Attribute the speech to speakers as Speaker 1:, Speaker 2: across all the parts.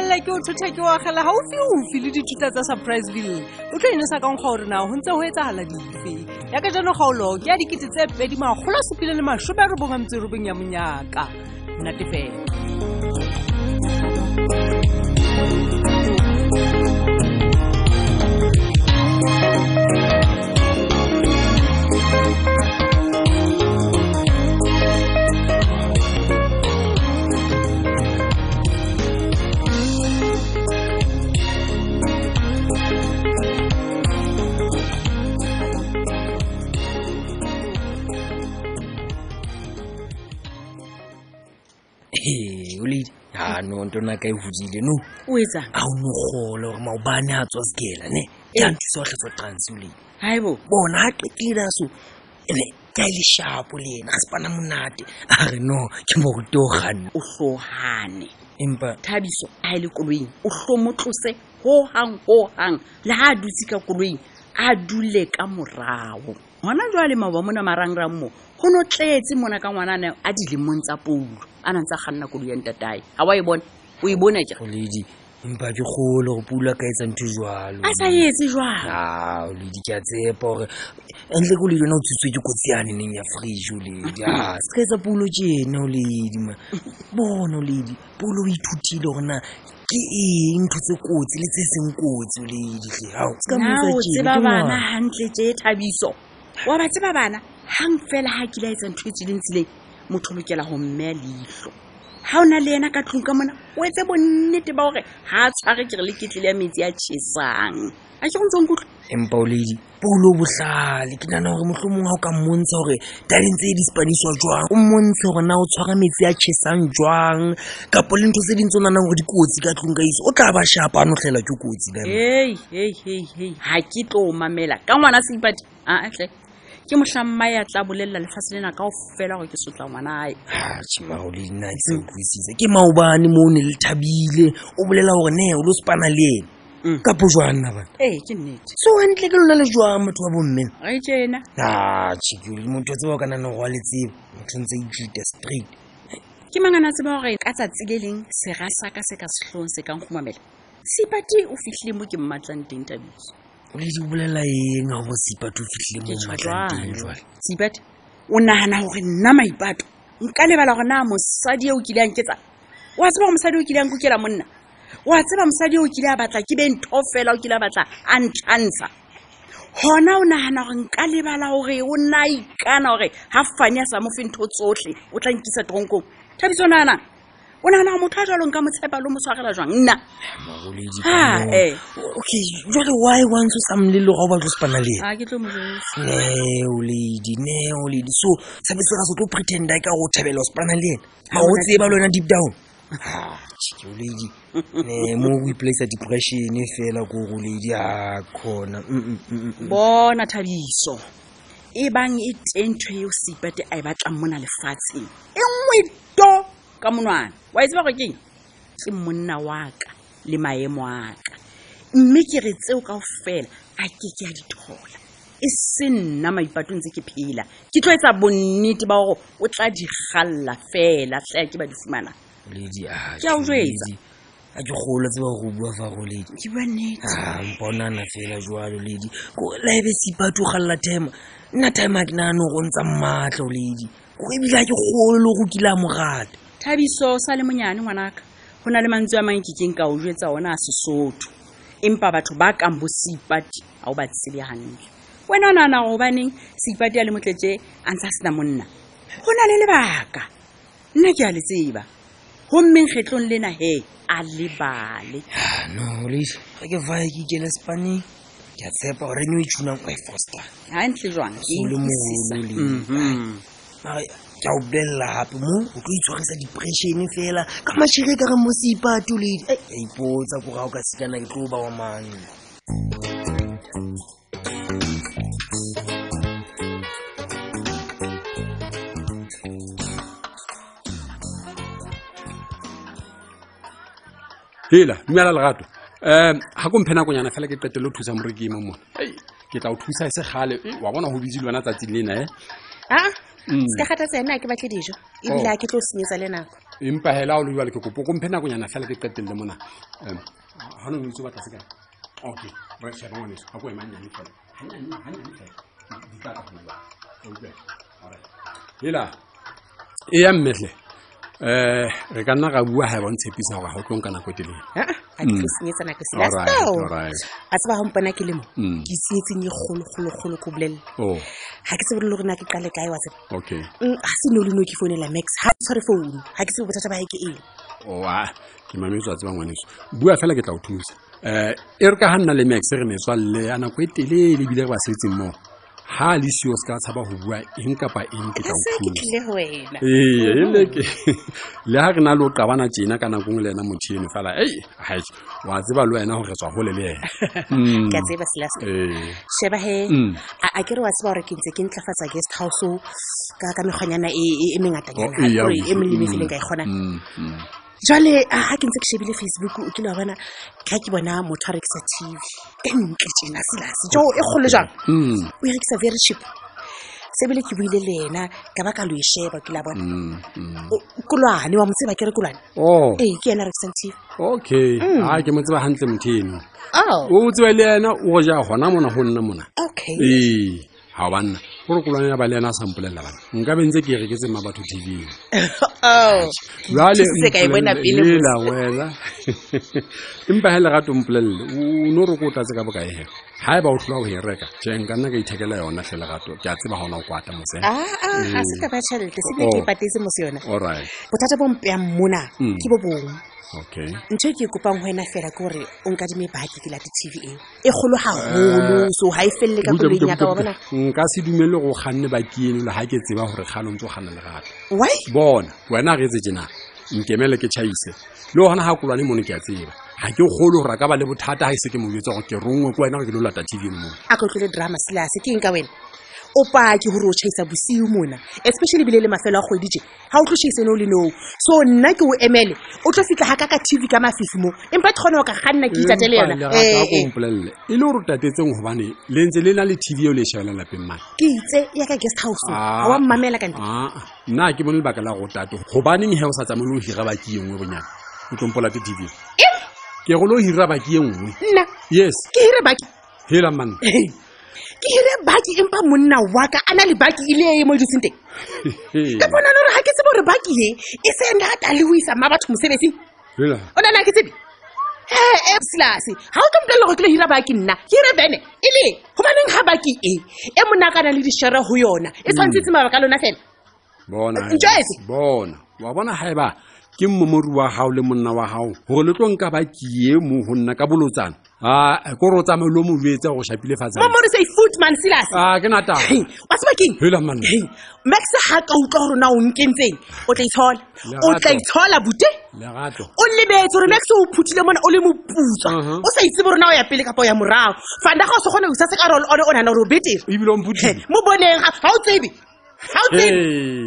Speaker 1: motho ke oagela gaufiufi le dithuta tsa surpriseville o tlo inosa ka nkga gore na go ntse go etsagala dife yaka jano kgaolo ke ya dikete tse pedi magolo a supile le masome a robongwe metse robong ya monyaka monate fela
Speaker 2: He, o lady ano ntona ka e hodile no
Speaker 3: o etsang
Speaker 2: a o no kgole gore maobane a tswa sekela ne ke a nthusa go tlhatswa transe o lady
Speaker 3: haebo
Speaker 2: bona a qetile a so ebe ka e le shapo le ena a sepana monate a re no ke moruti o ganna
Speaker 3: o hlohane
Speaker 2: empa
Speaker 3: thabiso a e le koloing o hlomotlose hohang hohang le ha a dutse ka koloing a dule ka morao gona jwale maoba mona marangrang mo go no tletse mona ka ngwanana a dilemong tsa poulo a na ntse a kganna koloi ya ntatae ga wa e bona o e bona ke
Speaker 2: o lady empa ha ke kgole gore pula ka etsa ntho e jalo
Speaker 3: a sa etse jwang
Speaker 2: a Ah, o lady ke a tshepa gore ntle ko ledi ona o tshitswe ke kotsi yane neng ya fridge o ledi a se ka etsa pulo tjena o ledi ma bona o ledi pulo o ithutile gore na ke eng ntho tse kotsi le tse seng kotsi o ledi hle ao se ka mo
Speaker 3: na
Speaker 2: etsa
Speaker 3: o
Speaker 2: tjena,
Speaker 3: tseba
Speaker 2: ke
Speaker 3: bana
Speaker 2: ngwana.
Speaker 3: hantle tje thabiso wa ba tseba bana hang fela ha kile a etsa ntho e tsileng tsileng motho o lokela ho mmeya leihlo ha o na le yena ka tlung ka mona o etse bonnete ba hore ha a tshware ke re le ketlele ya metsi a tjhesang a ke go ntse nkutlwa
Speaker 2: empa o ledi pulo o bohlale ke nagana gore mohlomong ga o ka mmontsha gore taleng tse di sepadiswa jwang o mmontshe gore na o tshwara metsi a chesang jwang kapo le ntho tse dintse o nanang gore dikotsi ka tlong ka iso o tla ba shapa a no tlhela ke kotsi le
Speaker 3: hei hei hei hei ha ke tlo o mamela ka ngwana a seipati aa tle ke mohlamma ya tla bolella lefatshe lena ka o fela gore ke sotla ngwana ae
Speaker 2: atshimao le nna Ah, ke sa utlwisise ke maobane mo o ne le thabile o bolela gore ne o lo sepana le ena
Speaker 3: Mm.
Speaker 2: kapo jwang na bana
Speaker 3: ee ke nnete
Speaker 2: so gantle ke lona le jwang motho wa bommena
Speaker 3: re tjena
Speaker 2: atshekele motho a tseba Ah, o ka nanang go a le tsebo motho ntse itluta straight
Speaker 3: ke mangana a tseba gore ka tsatsi le leng sera sa ka se ka setlhong se ka nkgomamela sepati o fitlhile mo ke mmatlang teng tabiso
Speaker 2: o le di bolela eng ga bo sepate o fitlhile mo
Speaker 3: ke tjho
Speaker 2: matlanteng
Speaker 3: jwalo.
Speaker 2: jwale
Speaker 3: sepati o nagana gore nna maipato nka lebala gore na mosadi yo o kile a nketsa wa tseba gore mosadi o kile a nkokela monna wa tseba mosadi yo o kile a batla ke be ntho fela o kile a batla a ntlhantsha gona o nagana gore nka lebala gore o nna a ikana gore ga fane a sa mo fe ntho tsotlhe o tla nkisa tronkong thabiso o naganang o nagana gore motho a jalo nka mo tshepa le o mo tshwarela jwang nna
Speaker 2: maroledi
Speaker 3: ha eh
Speaker 2: okay jwale why wantse o sa molelo ga o batlo sepana le ena
Speaker 3: a ke tlo mo jwetsa
Speaker 2: neo ledi neo ledi so sabe se ga se tlo pretenda ka go thabela go sepana le ena ma o
Speaker 3: monate.
Speaker 2: tseba le wena deep down chike o ledi ne mo go iplaisa depression e fela ko go ledi a kgona Mm, mm, mm, mm.
Speaker 3: bona thabiso e bang e teng ntho eo seipate a e batlang mona lefatsheng e nngwe to ka monwana wa e tseba gore keng ke monna wa ka le maemo a ka mme ke re tseo kao fela a ke ke a di thola e se nna maipato ntse ke phela ke tlo etsa bonnete ba gore o tla di galla fela tlaya ke ba di fumanang
Speaker 2: ledi a
Speaker 3: Ke a o jwetsa.
Speaker 2: a ke kgolo tseba go bua fa go ledi
Speaker 3: ke bua nnete
Speaker 2: Ah, mponana fela jwalo ledi ko laebe seipati o galela tema nna time a ke nagane go ntsa mmaatla o ledi ko ebile a ke kgolo le go kile a mo rata
Speaker 3: thabiso o sa le monyane ngwanaka go na le mantswe a mang kekeng ka o jetsa ona a sesotho empa batho ba kang bo seipati ga o ba tsebe gantle wena o nagana gobaneng seipati a le motletse a ntse a sena monna go na le lebaka nna ke a le tseba gommeng kgetlong lena he a lebale
Speaker 2: Ah, no ledi ga ke fae ke ikele spaneng ke a tshepa gore nyo e tunang o e foster
Speaker 3: gantle jwang ke
Speaker 2: So le
Speaker 3: utlwisisa.
Speaker 2: moholo le-
Speaker 4: Mm-hmm.
Speaker 3: Mhm.
Speaker 2: mara ke a o bolelela gape mo o tlo itshwarisa depressione fela ka mašhere ka re mo seipati o ledi Ai, ka ipotsa ko ga o ka sekana ke tlo ba wa mane
Speaker 4: hela dumela lerato um ga ko mphe nakonyana fela ke qetele o thusa moreki emo mona Hei, ke tla o thusa e se gale wa bona go bitse le wena tsatsi lena e
Speaker 5: aa
Speaker 4: Mm.
Speaker 5: se ka gata tsena ke batle dijo ebile
Speaker 4: Oh.
Speaker 5: a ke tlo senyetsa le nako
Speaker 4: empa hela o le jale ke kopo ko mphe nakonyana fela ke qetelele mona um gona o itse o batla sekae okay re shebe ngwaneso ga ko ema nyane fela Hanyane, hanyane fela. Di- di tla ka hona jwale. Wa utlwela? Alright. hela e ya mmetlhe um re ka nna ga bua ga e bontshepisa gore ga o tlo nka nako e telele
Speaker 1: ga ke tlo senyetsana ke sela
Speaker 4: Alright,
Speaker 1: so
Speaker 4: alright.
Speaker 1: a tseba gompona ke lemo
Speaker 4: Mm.
Speaker 1: ke tsietseng e kgologologolo ko bolelela
Speaker 4: oh
Speaker 1: ga ke tsebe le gore na ke qale kae wa tseba
Speaker 4: okay
Speaker 1: Mm, ga se no le no ke founela max ga ke tshware founu ga ke tsebe bothata ba hae ke eng
Speaker 4: oa Oh, ah, ke mametswa tseba ngwaneso bua fela ke tla o thusa um e re ka ga nna le max re metswalle a nako e telele ebile re ba setseng moo ga le seo se ka tshaba go bua eng kapa eng ke tla
Speaker 1: a
Speaker 4: o
Speaker 1: se ke
Speaker 4: thusa
Speaker 1: tlile go wena
Speaker 4: ee e le ke le ga re na le o qabana tjena ka nakong le ena motho eno fela ei hai wa tseba le wena gore tswa gole le ena Mm,
Speaker 1: ke a tseba selas
Speaker 4: ee,
Speaker 1: sheba he
Speaker 4: Mm.
Speaker 1: a a ke re wa tseba gore ke ntse ke ntlafatsa guest house ka ka mekgwanyana e e- e
Speaker 4: Oh, o- ee, ya
Speaker 1: mengatanyana e
Speaker 4: utlwa.
Speaker 1: melemefileng ka e
Speaker 4: Mm,
Speaker 1: kgonang
Speaker 4: mm, mm.
Speaker 1: jale a ga ke ntse ke shebile facebook o kile wa bona ka ke bona motho a rekisa tv e ntle tjena selase jo e kgolo jang
Speaker 4: Mm,
Speaker 1: o e rekisa very cheap sebele ke buile le ena ka ba ka lo e sheba o kile a bona
Speaker 4: mm, mm.
Speaker 1: O- kolwane wa motseba ke re kolwane
Speaker 4: Oh,
Speaker 1: ee ke ena a rekisang tv
Speaker 4: okay a Ah, ke mo tseba gantle motho eno
Speaker 1: Mm. oh
Speaker 4: o tsebe le ena o ja gona mona go nna mona
Speaker 1: okay
Speaker 4: ee ga banna gore kolwane ya ba le ena a sampolelela bana nka be ntse ke e reketse ma batho tv
Speaker 1: Oh.
Speaker 4: jale
Speaker 1: thusitse ka e bona pele,
Speaker 4: ela wena empa he lerato mpolelele o ne re ko o tlatse ka bokae he ga e ba o tlhola go e reka tje nka nna ka ithekela yona tlhe lerato ke a tseba gona o kwata mose
Speaker 1: Ah, ah, ga se taba ya tšhelete sebile ke
Speaker 4: Mm. Oh.
Speaker 1: e patetse mo se yona
Speaker 4: allright
Speaker 1: bothata bo mpeyang mona
Speaker 4: Mm.
Speaker 1: ke bo bong
Speaker 4: okay
Speaker 1: ntho e ke e kopang go wena fela ke gore o nkadime baki ke late tv eo e golo
Speaker 4: Eh.
Speaker 1: gagolo so ga e felele ka
Speaker 4: Butle,
Speaker 1: koloing
Speaker 4: butle,
Speaker 1: yaka wa
Speaker 4: butle,
Speaker 1: bona
Speaker 4: butle. nka se dumele go kganne bakieno le ga ke tseba gore kgale o ntse o kganna lerato
Speaker 1: wy
Speaker 4: bona wena ge etse tjena nkemele ke chaise le gona ga kolwane mono ke a tseba ga ke kgolo gore a ka ba le bothata ga e se ke mo jetsa gore ke rongwe ko wena gore ke lo lata tv eno mono
Speaker 1: a ka utlwile drama selase ke eng ka wena o paki gore o chaisa bosiu mona especially ebile le mafelo a kgwedi je ga o tlo chaise no le noo so nna ke o emele o tlo fitlha ga ka ka tv ka mafifi mo empa ke kgona go ka kganna ke itatele yona
Speaker 4: Empa
Speaker 1: Eh, eh,
Speaker 4: lerata ako mpolelle e le gore tatetseng gobane le ntse le na le tv eo le e shebela lapeng mane
Speaker 1: ke itse yaka guest house
Speaker 4: Ah.
Speaker 1: ga wa mmamela ka ntle
Speaker 4: aa nna ha ke bone lebaka la go tate gobaneng he o sa tsamaye le go hira baki e nngwe bonyane o tlompolate tv ke go le go hira baki e nngwe
Speaker 1: nna
Speaker 4: yes
Speaker 1: ke hire baki
Speaker 4: hela manna
Speaker 1: ke hire baki empa monna wa ka a na le baki e le e mo ditseng teng
Speaker 4: He,
Speaker 1: ke bona le gore ga ke tsebe gore baki e e se nata le ho isa ma batho mosebetsing
Speaker 4: hela.
Speaker 1: o nana ha ke tsebe ee selase ga o tlo mpolelela gore ke lo hira baki nna ke hire bene e le gobaneng ga baki e e monakana le dišhere ho yona e tshwanetse itse mabaka a lona fela
Speaker 4: bona he.
Speaker 1: Ntjese.
Speaker 4: bona wa bona ga eba ke mmomori wa gago le monna wa gago gore le tlo nka baki e mo go nna ka bolotsana a kore o tsamaye le mo boetsa go shapile fatshe
Speaker 1: momori say footman selase
Speaker 4: a ke nataba
Speaker 1: Hei, wa tseba keng
Speaker 4: Hela manna.
Speaker 1: Hei, max ga ka utlwa gore na o nkentseng o tla itshola o
Speaker 4: Lerato.
Speaker 1: tla itshola bute
Speaker 4: lerato
Speaker 1: o lebetse gore max o phuthile mona o le
Speaker 4: Aha.
Speaker 1: moputswa o sa itse borena o ya pele kapa o ya morago fanda ga o se kgone ho isa se ka role one o nana gore o betere
Speaker 4: ebile omphuthile
Speaker 1: mo boneng ga ga o tsebe ga o tsebe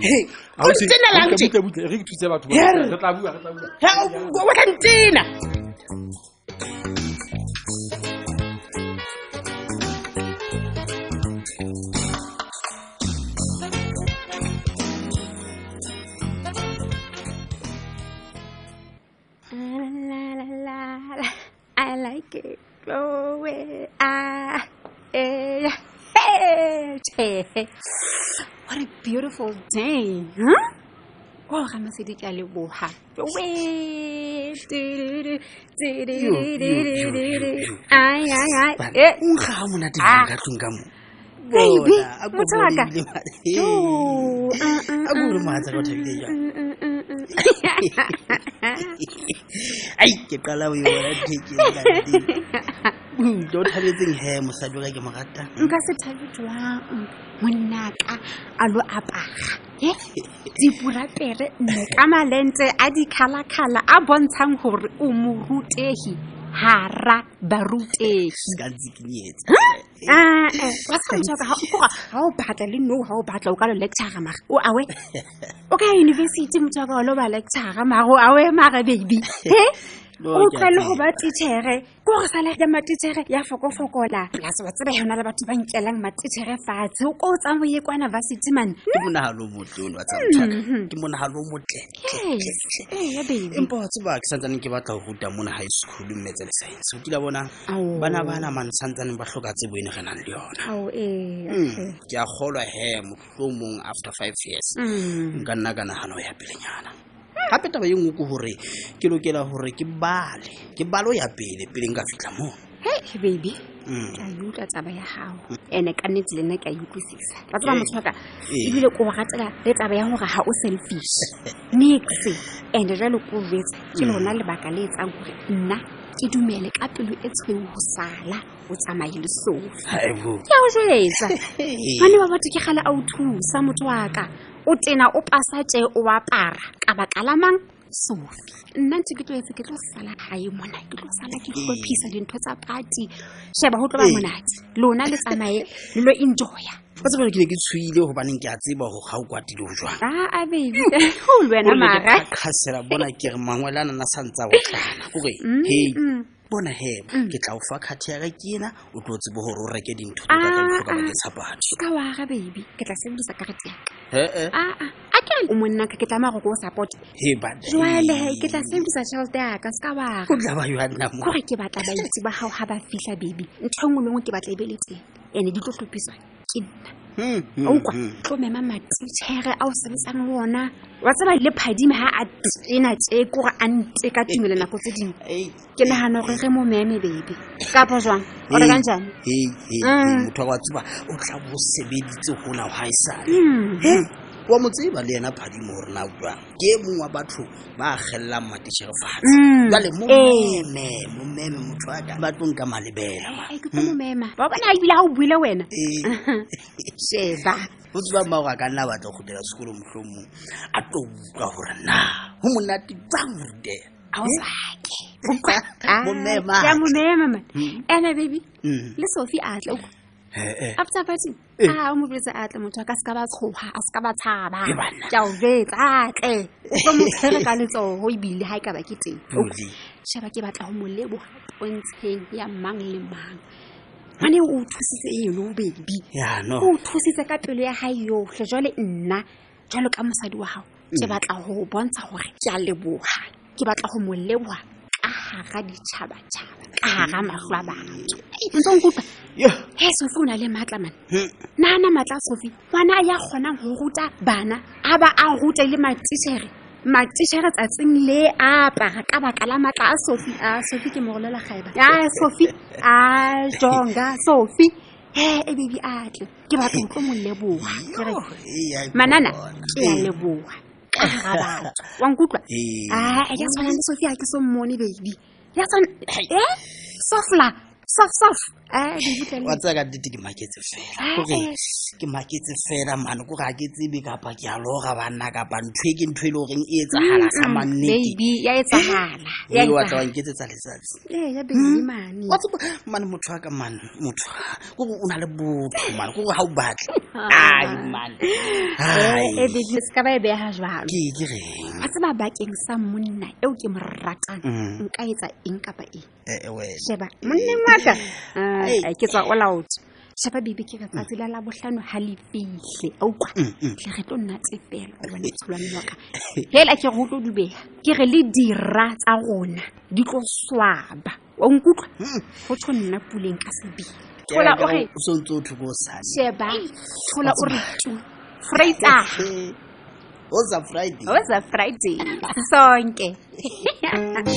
Speaker 1: Hey, o ntenelang tje. Here.
Speaker 4: ntse
Speaker 1: Ha o- o tla ntena
Speaker 6: La, Ah, la, la, la, la. I like it. Glory. Ah, eh, eh, tjhe. What a beautiful day. Huh? Oh, Ramasedi ka leboha. Wee, du-du-du, du-du-du-du-du-du. Ai, ai, ai. Eh,
Speaker 2: nkga ga monate jwang ka tlong ka mo
Speaker 6: baby,
Speaker 2: Ah! Bona, a ko
Speaker 6: motho wa ka.
Speaker 2: bolaile ma-
Speaker 6: Jo, ah, ah,
Speaker 2: A ko o le
Speaker 6: ah,
Speaker 2: mohatsa ka o thabile
Speaker 6: ah,
Speaker 2: jwang?
Speaker 6: ah, ah, ah, ah. mm.
Speaker 2: ai ke qala ho e bona ntho e ke e ratile. Utlwa Mm, o thabetseng he mosadi wa ka ke mo Mm, ratang
Speaker 6: nka se thabe jwang monnaka a lo apara e dipurapere nne ka malente a dikgalakgala a bontshang gore o morutegi gara barutehi
Speaker 2: ka ntsikinyetsa
Speaker 6: Ah, eh, wa tseba ntho ya ka, ha- ke hore ha o batla le nou ha o batla o ka lo lectura mara o awe o ka ya university motho wa ka o lo ba lectura mara o awe mara baby he o utlwele go ba titšhere ke gore sale ya matitšhere ya fokofokola plase wa tseba yona le batho ba nkelang matitšhere fatshe o ko o tsang o ye kwa university mane
Speaker 2: ke monagalo o motlolo wa tsamotlhaka ke monagalo o motletle
Speaker 6: ee baby
Speaker 2: empa wa tseba ke santsaneng ke batla go ruta mona high school mmetse le science o tila bona bana bana mane santsaneng ba tlhoka tsebo ene re nang le yona
Speaker 6: ao ee
Speaker 2: Mm, ke a kgolwa he motlo o mong after five years
Speaker 6: Mm. Mm-hmm.
Speaker 2: nka nna ka nagano ya pelenyana gape taba ye nngwe ke gore ke lokela gore ke bale ke balo ya pele pele nka fitlha moo
Speaker 6: he baby
Speaker 2: Mm.
Speaker 6: ke a e utlwa tsaba ya gago ande ka nnetse le nna ke a e utlwisisa wa tseba
Speaker 2: Eh.
Speaker 6: motho waka
Speaker 2: Eh.
Speaker 6: ebile ko o ratela le tsaba ya gore ga o selfish nix and jalo ko o jetse ke lona
Speaker 2: Mm.
Speaker 6: lebaka le e tsang gore nna ke dumele ka pelo e tshweu go sala o tsamaye le sofi
Speaker 2: Haibo.
Speaker 6: ke a o jetsa
Speaker 2: Hey.
Speaker 6: bane ba batho ke gale a o thusa motho wa ka o tena o pasa tse o apara ka baka la mang sofi nna ntse ke tloetse ke tlo sala gae mona ke tlo sala ke tlhophisa dintho tsa pati sheba go tlo ba
Speaker 2: Ee.
Speaker 6: monate lona le tsamaye le lo enjoya
Speaker 2: ka tsebale ke ne ke tshoile gobaneng ke a tseba gore ga o kwatile go jwang
Speaker 6: aa baby o le wena mara
Speaker 2: kasela bona ke re mangwele a nana sa ntse a otlana kore he
Speaker 6: mm.
Speaker 2: bona he ke tla o fa kgathi ya ka ke ena o tlo tsebe gore o reke dintho
Speaker 6: Ah,
Speaker 2: ka
Speaker 6: ah.
Speaker 2: ke tshapadi
Speaker 6: ka waga baby ke tla sebedisa karete yaka
Speaker 2: ee
Speaker 6: aa ah. a ke o monnaka ke tlamaya gore ko o support
Speaker 2: he bad
Speaker 6: jwale ke tla sebedisa tšhelete yaka se ka waga
Speaker 2: o tla ba yona mo
Speaker 6: kore ke batla baitse ba gago ga ba fitlha baby ntho e nngwe le nngwe ke batla e be le teng and-e di tlo tlhophisiwa ke nna
Speaker 2: Hmm, hmm,
Speaker 6: a ukwa
Speaker 2: hmm.
Speaker 6: tlo mema matitšhere a o sebetsang le ona wa tseba le phadime ga a tena tse kore a nte ka tumele nako tse dingwe
Speaker 2: Ei,
Speaker 6: ke nagana gore re mo meme baby kapo jwang
Speaker 2: Mm.
Speaker 6: ore ka njane
Speaker 2: hei, hei,
Speaker 6: Mm.
Speaker 2: motho wa tseba o tla bo sebeditse gona wa esale
Speaker 6: Mm.
Speaker 2: he Hmm, wa mo tseba le yena phadimo gore na utlwang ke e mongwe wa batho ba kgellang matitšhere fatshe
Speaker 6: Mm.
Speaker 2: jale
Speaker 6: Ee.
Speaker 2: momeme momeme motho wa ka ba tlo nka malebela
Speaker 6: Ai, ke tlo
Speaker 2: Mm.
Speaker 6: mo mema ba bona ebile ga o buile wena
Speaker 2: Ee.
Speaker 6: sheba
Speaker 2: o tseba mmago a ka nna a batla go dira sekolo motlho mong a tlo utlwa gore na go monate jang rutela
Speaker 6: a o
Speaker 2: Ah, momema.
Speaker 6: ya mo mema man ene baby
Speaker 2: Mm.
Speaker 6: le sophie a tla utlwa
Speaker 2: He-eh.
Speaker 6: after party
Speaker 2: Eh.
Speaker 6: a o mo boletse a tle motho a ka se ka ba tshoga a se ka ba tshaba
Speaker 2: Ke banna.
Speaker 6: ke a o jetsa a tle o tlo mo tshwere ka letsogo ebile ga e ka ba ke teng
Speaker 2: Pudi.
Speaker 6: sheba ke batla go mo leboga pontsheng ya mang le mang ane o thusitse eno baby
Speaker 2: Ya, no.
Speaker 6: o thusitse ka pelo ya gae yotlhe jale nna jalo ka mosadi wa gago
Speaker 2: Mm.
Speaker 6: ke batla go bontsha gore ke a leboga ke batla go mo leboga ka gara ditšhabatšhaba ka gara mahlo a batho Ei, ntse o nkutlwa
Speaker 2: Yo.
Speaker 6: he sofi o na le maatla mane
Speaker 2: Hmm.
Speaker 6: naana maatla a sofi ngwana a ya kgonang go ruta bana a ba a ruta le matitšhere matitšhere tsatsing le a apara ka baka la maatla a sofi a sofi ke morolela gaeba a sofi a jonga sofi he e bebi a tle ke batla utlo mo leboga Ke re,
Speaker 2: Ei, ya, Eh, ke
Speaker 6: manana
Speaker 2: bona.
Speaker 6: ke ya leboga ka ga batho wa nkutlwa
Speaker 2: Ee.
Speaker 6: a e ya tshwana le sofi a ke so mmone baby ya tshwana e sofla sof sof a e
Speaker 2: wa tsaya ka nnete ke maketse fela kore ke maketse fela mane ko ga ke tsebe kapa ke a loga banna kapa ntho e ke ntho e le goreng e etsagala sa mannete
Speaker 6: baby ya etsagala ya
Speaker 2: e watla wa
Speaker 6: etsagala
Speaker 2: nketsetsa letsatsi
Speaker 6: Eh, ya baby mane
Speaker 2: wa tseba mane motho wa ka mane motho kore o na le botho mane kore ga o batle ai mane
Speaker 6: Ah, Eh, eh,
Speaker 2: ai
Speaker 6: baby se ka ba e beega jalo
Speaker 2: ke ke reng
Speaker 6: a tseba bakeng sa monna eo ke mo ratang
Speaker 2: Mm.
Speaker 6: nka etsa eng kapa eng
Speaker 2: Eh, eh, wena
Speaker 6: sheba monneng waka
Speaker 2: Ai.
Speaker 6: ke tswa o laotswe Mm. sheba bebe ke re tsatsi la labohlano ha le fihle a utlwa tle re tlo nna tsefela gobane tsholwane lwaka fela ke re o tlo dubega ke re le dira tsa rona di tlo swaba wa nkutlwa go tho nna puleng ka sebele
Speaker 2: Ke
Speaker 6: tlhola
Speaker 2: reng
Speaker 6: o
Speaker 2: ka
Speaker 6: Mm. re
Speaker 2: gore o sontso o thoko o sane
Speaker 6: sheba tlhola o re tu freitaga
Speaker 2: o sa friday
Speaker 6: oza friday sonke